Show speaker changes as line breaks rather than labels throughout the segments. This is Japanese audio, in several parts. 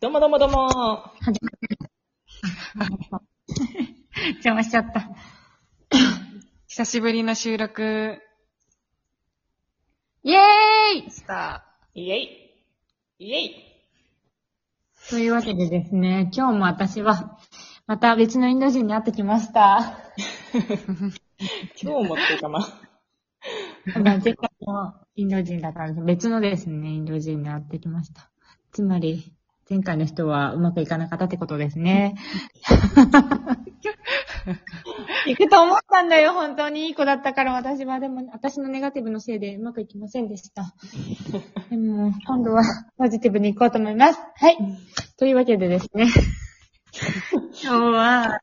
どうもどうもどうも
始まってる。あ邪魔しちゃった。
久しぶりの収録
イエーイ
でした。
イェイイェイ
というわけでですね、今日も私は、また別のインド人に会ってきました。
今日もっていうかま あ、
あの前回のインド人だから別のですね、インド人に会ってきました。つまり、前回の人はうまくいかなかったってことですね。行くと思ったんだよ、本当にいい子だったから私は。でも、私のネガティブのせいでうまくいきませんでした。でも、今度はポジティブに行こうと思います。はい。というわけでですね。今日は、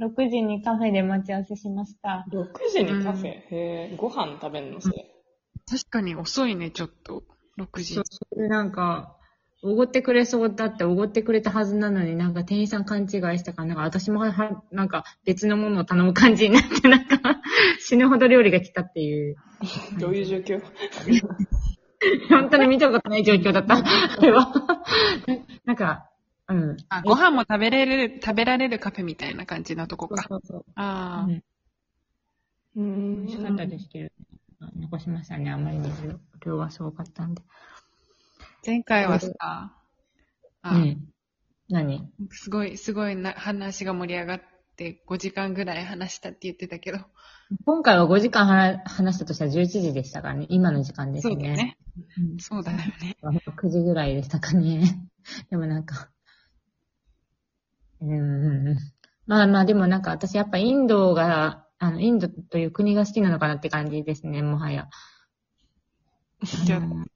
6時にカフェで待ち合わせしました。
6時にカフェ。へえ、ご飯食べるのそれ。
確かに遅いね、ちょっと。6時
そう。それでなんか、おごってくれそうだっておごってくれたはずなのになんか店員さん勘違いしたから、なんか私もはは、なんか別のものを頼む感じになって、なんか 死ぬほど料理が来たっていう。
どういう状況
本当に見たことない状況だった。あれは。 なんか、うん。
あ、ご飯も食べれる、食べられるカフェみたいな感じのとこ
そう
か。
そうそう。
あ
う
う
ん
あ、
ー
美味しかった
ん。
ですけど、残しましたね。あまりに量がすごかったんで。
前回はさ、あ、
うん。何
すごい、すごいな話が盛り上がって5時間ぐらい話したって言ってたけど。
今回は5時間は話したとしたら11時でしたからね。今の時間です
そ
ね。
うだよね。
うん
そうだよね。
9時ぐらいでしたかね。 でもなんか、うんうんうん。まあまあでもなんか私やっぱインドが、あの、インドという国が好きなのかなって感じですね、もはや。
じゃあ
あのうん、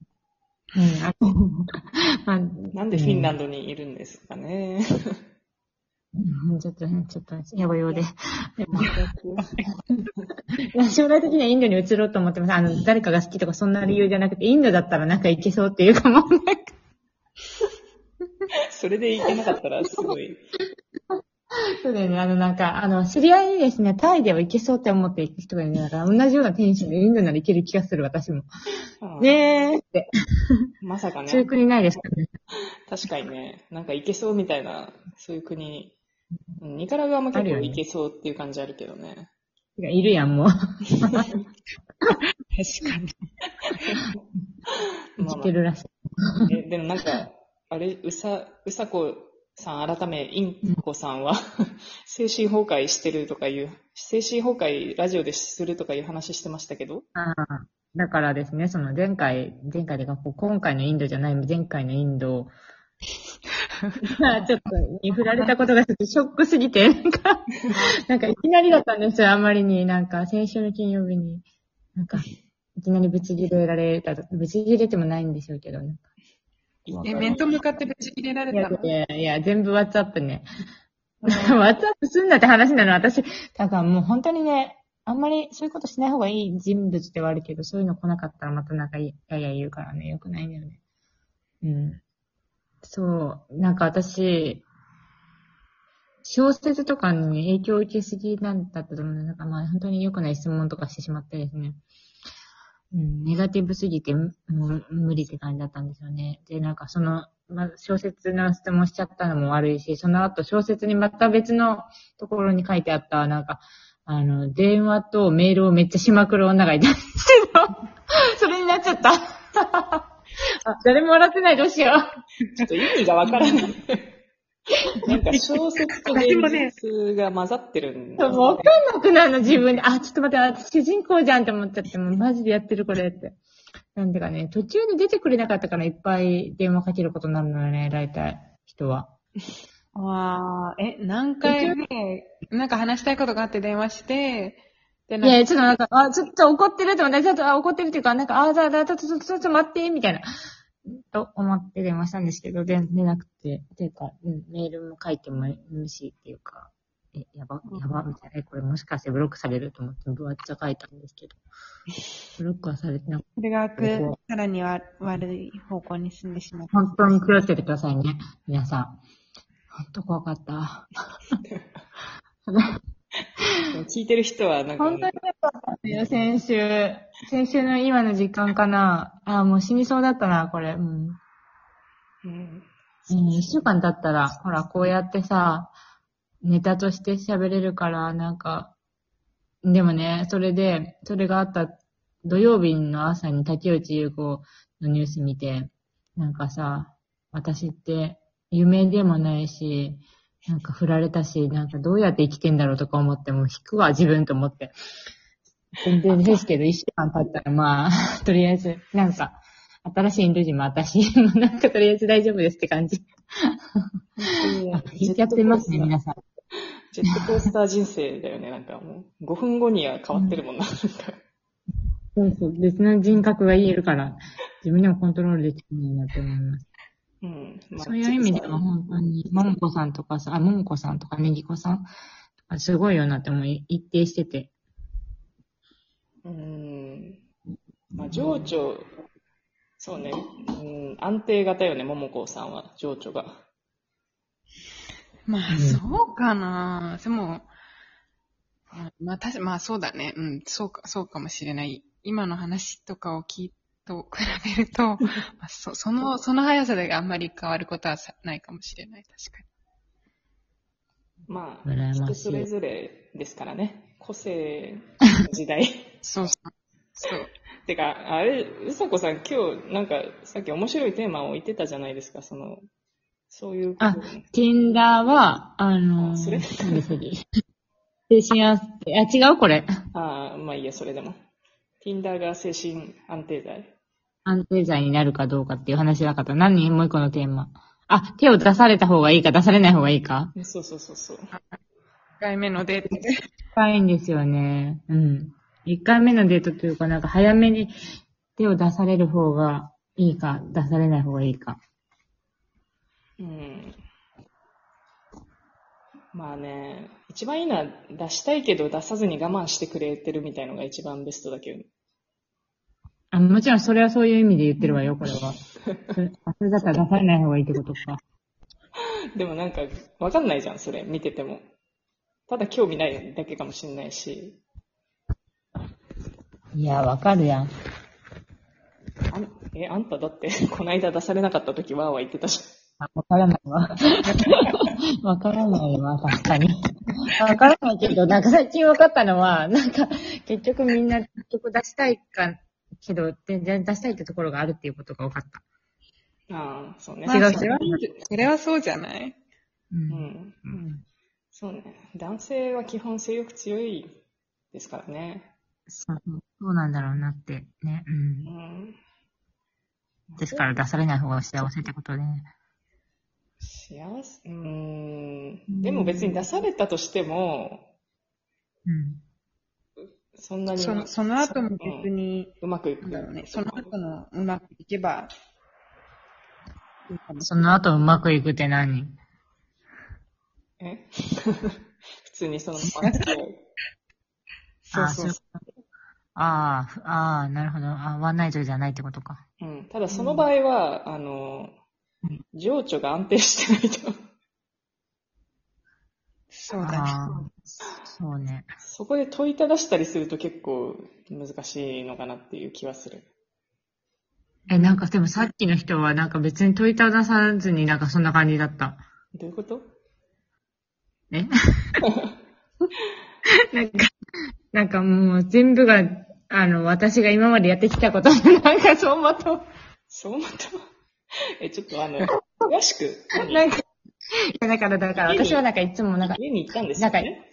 あまあ、
なんでフィンランドにいるんですかね。
うんちょっとね、ちょっと、やば 用で。でも 将来的にはインドに移ろうと思ってます。あの、誰かが好きとかそんな理由じゃなくて、インドだったらなんか行けそうっていうかもうなんか
それで行けなかったらすご い。
そうだよね。あの、なんか、あの、知り合いにですね、タイでは行けそうって思って行く人がいるから、同じようなテンションでインドなら行ける気がする、私も。
ああ
ねえって。
まさか
そうい
ね
う。国ないですかね。
確かにね。なんか行けそうみたいな、そういう国。うんニカラグアも結
あるよ
構
ね
行けそうっていう感じあるけどね。
てかいるやん、もう。
確かに。
まあ
行
ま
けるらしい。
あ、えでもなんか、あれ、うさ、うさこさん、改め、インコさんは、 精神崩壊してるとかいう、精神崩壊ラジオでするとかいう話してましたけど、
ああだからですね、その前回、前回でか、こう今回のインドじゃない、前回のインドを ちょっと、に振られたことがちょっとショックすぎて、なんか、なんかいきなりだったんですよ、あまりに。なんか、先週の金曜日に、なんか、いきなりブチギレられたと、ブチギレてもないんでしょうけど、なんか
い
え、面と向かってぶち切れられ
いや
たの
いやいや、全部 WhatsApp ね。WhatsApp すんなって話なの、私。だからもう本当にね、あんまりそういうことしない方がいい人物ではあるけど、そういうの来なかったらまたなんかいやいや言うからね、良くないんだよね。うん。そう、なんか私、小説とかに影響を受けすぎなんだったと思うのでなんかまあ本当に良くない質問とかしてしまってですね。うん、ネガティブすぎて、むもう無理って感じだったんですよね。で、なんかその、まあ、小説の質問しちゃったのも悪いし、その後小説にまた別のところに書いてあった、なんか、あの、電話とメールをめっちゃしまくる女がいたんですけど、 それになっちゃった。あ誰も笑ってない、どうしよう。
ちょっと意味がわから ない。なんか小説と現実が混ざってるんだ、
もうわかんなくなるの、自分で。あ、ちょっと待って、私主人公じゃんって思っちゃって、もうマジでやってるこれって。なんてかね、途中に出てくれなかったからいっぱい電話かけることになるのよね、大体、人は。
ああ、え、何回目、なんか話したいことがあって電話して、で、
いやいや、
なんか、
ちょっとなんか、あ、ちょっと怒ってると思って、ちょっとあ怒ってるっていうか、なんか、あ、だ、だ、だ、ちょっと、ちょっと待って、みたいな、と思って電話したんですけど、で、出なくて、っていうか、うん、メールも書いても無視っていうか、え、やば、やば、みたいな、えこれもしかしてブロックされると思って、ぶわっちゃ書いたんですけど、ブロックはされてなくて、
それが悪、さらに悪悪い方向に進んでしまった。
本当に気をつけてくださいね、皆さん。本当怖かった。
聞いてる人はなんか、
本当に良かったんだよ、先週。先週の今の時間かな。あ、もう死にそうだったな、これ。うん。
うん
うん一週間経ったら、ほら、こうやってさ、ネタとして喋れるから、なんか、でもね、それで、それがあった土曜日の朝に竹内優子のニュース見て、なんかさ、私って夢でもないし、なんか振られたし、なんかどうやって生きてんだろうとか思って、もう引くわ、自分と思って。全然ですけど、一週間経ったら、まあ、とりあえず、なんか、新しいインド人も私もなんかとりあえず大丈夫ですって感じ。引いちゃってますね、皆さん。
ジェットコースター人生だよね、なんかもう。5分後には変わってるもんな、なんか。
そうそう、別の人格が言えるから、自分でもコントロールできるんだなって思います。
うん。まあ
そういう意味では本当に、ももこさんとかさ、あ、ももこさんとかねぎこさんとか、すごいよなって思い、一定してて。
うん。まあ、情緒、そうね、うん、安定型よね、ももこさんは、情緒が。
まあ、
うん
そうかな。でも、うんまあ、確かまあ、そうだね。うん、そうか、そうかもしれない。今の話とかを聞いと比べる と、まあ、そその、その速さであんまり変わることはさないかもしれない。確かに。
まあ、
羨ましい
人それぞれですからね。個性の時代。
そうそう。そう。
てか、あれ、うさこさん、今日、なんか、さっき面白いテーマを置いてたじゃないですか、その、そういうこと
あ Tinder は、あの
あそれ
ー、なんでしたっけ精神安定、あ、違うこれ。
ああ、まあいいや、それでも。Tinder が精神安定剤。
安定剤になるかどうかっていう話だから、何もう一個のテーマ。あ、手を出された方がいいか出されない方がいいか
そうそうそうそう。
一回目のデートで。
深いんですよね。うん。一回目のデートというか、なんか早めに手を出される方がいいか、出されない方がいいか。
うん。まあね、一番いいのは出したいけど出さずに我慢してくれてるみたいのが一番ベストだけど。
あもちろんそれはそういう意味で言ってるわよ、これは。それあそれだったら出されない方がいいってことか。
でもなんか、わかんないじゃん、それ、見てても。ただ興味ないだけかもしれないし。
いや、わかるやん。
あんえ、あんただって、 こないだ出されなかった時わーわー言ってたじ
あわからないわ。 わからないわ、確かに。わからないけど、なんか最近わかったのは、なんか、結局みんな、結局出したいか、けど、全然出したいってところがあるっていうことが分かった。
ゃん。ああ、そうね。
まあ
違う
それは、それはそうじゃない
うん
うん。
うん
そうね。男性は基本性欲強いですからね。
そうそうなんだろうなって、ね。う。
うんん。
ですから出されない方が幸せってことで。
幸せ、うーん。でも別に出されたとしても、
うん。
そんなに
その、
う
その後も別に、
まくいく
なんだろうね。その後のうまくいけば、いいかもし
その後うまくいくって何
え普通にそのまま付き合う。そうそうそ
ああ、ああ、なるほど。あワンナイトじゃないってことか。
う。うん。ただその場合は、あの、情緒が安定してないと。
れない。そうだね。
ああ、そうね。
そこで問いただしたりすると結構難しいのかなっていう気はする。
え、なんかでもさっきの人はなんか別に問いたださずになんかそんな感じだった。
どういうこと
えなんか、なんかもう全部が、あの、私が今までやってきたこと、なんかそう思うと、
そう思った。 え、ちょっとあの、詳しく、
なんか、いやだからだから私はなんかいつもなんか、
家に行ったんですよ
なん
ね。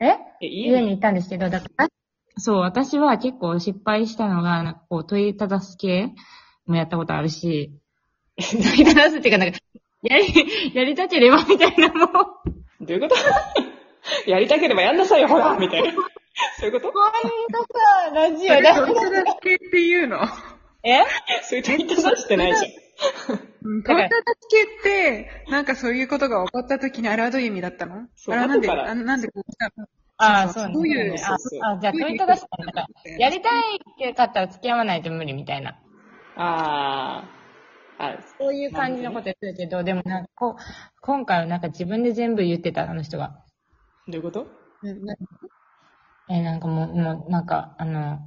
え
え、家
家
に。
に行ったんですけど、だから、そう、私は結構失敗したのが、なんかこう、問いただす系もやったことあるし、 問いただすっていうか、なんか、やり、やりたければみたいなも
ど
う、
ういうこと やりたければやんなさいよ、ほらみたいな。 そういうこと
こういうことラジオだ。
友達系っていうの。
え
そういう問いただしてないじゃん。
友
だから
達系って、なんかそういうことが起こった時にあれはどういう意味だったの
そう
あれはなんで、
後から
あなんでこう来たの
ああ、
そ
そうう
そう
ね。
どういう
あ
そうそう
あ、じゃあ、問いただしたらなんか、やりたいかったら付き合わないと無理みたいな。
あー。あ、
そういう感じのことやってるけど、でもなんかこう、今回はなんか自分で全部言ってた、あの人が。
どういうこと
なな
えーなんかもう、もう、なんか、あの、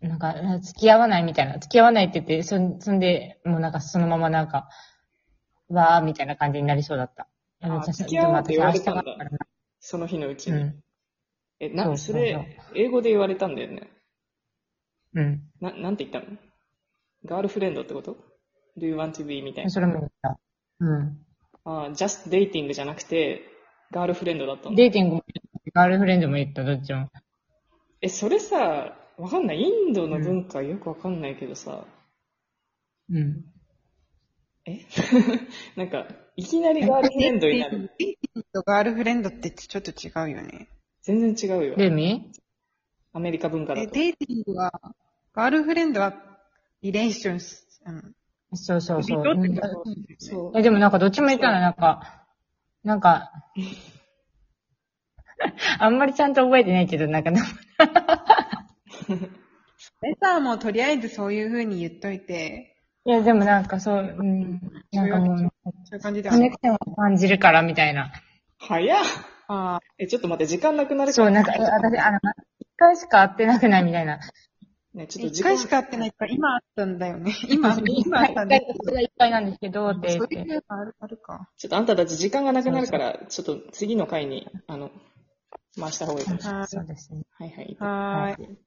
なんか、付き合わないみたいな、付き合わないって言って、そんそんで、もうなんかそのままなんか、わーみたいな感じになりそうだった。
あ
のじゃ
付き合おうって言われたんだ
でも私明日があるか
その日のうち
ら
に。
な
え、な
そう
そ
そうそう
れ、英語で言われたんだよね。
うん。うん。
な、なんて言ったのガールフレンドってこと ?Do you want to be? みたいな。
それも言った。う
ああ、just dating じゃなくて、ガールフレンドだった
ん。
の。
デーティングも言ったガールフレンドも言った、どっちも。
え、それさ、わかんない。インドの文化よくわかんないけどさ、
うん。
え なんか、いきなりガールフレンドになる。
ガールフレンドってちょっと違うよね。
全然違うよ。
レミ
アメリカ文化だ
え、
と。
デーティングは、ガールフレンドは、リレーションス、うん。
そうそうそう。
リトって
うん
ことう。
そう。
え、でもなんかどっちも言ったらなんか、な んか、あんまりちゃんと覚えてないけど、なんか、
レターもとりあえずそういう風に言っといて、
いや、でもなんかそう、うん、なんかもう、
そういう感じで
コネクションを感じるからみたいな。
早っ
ああ、
え、ちょっと待って、時間なくなるか
そ
ら。
う、なんか、え私、あの、一回しか会ってなくないみたいな。
ね、ちょっと
一
時間
回しか会ってないから、今あったんだよね。 今、今あっ
一
た
回
んだよ。
それが一回なんですけど、っ
そ
て言っ
ういう
て。
のがあるあるか。
ちょっとあんたたち時間がなくなるから、ちょっと次の回に、あの、回した方がいいかもしれない。
は
そうですね。
はいはい。
ーい。はーい。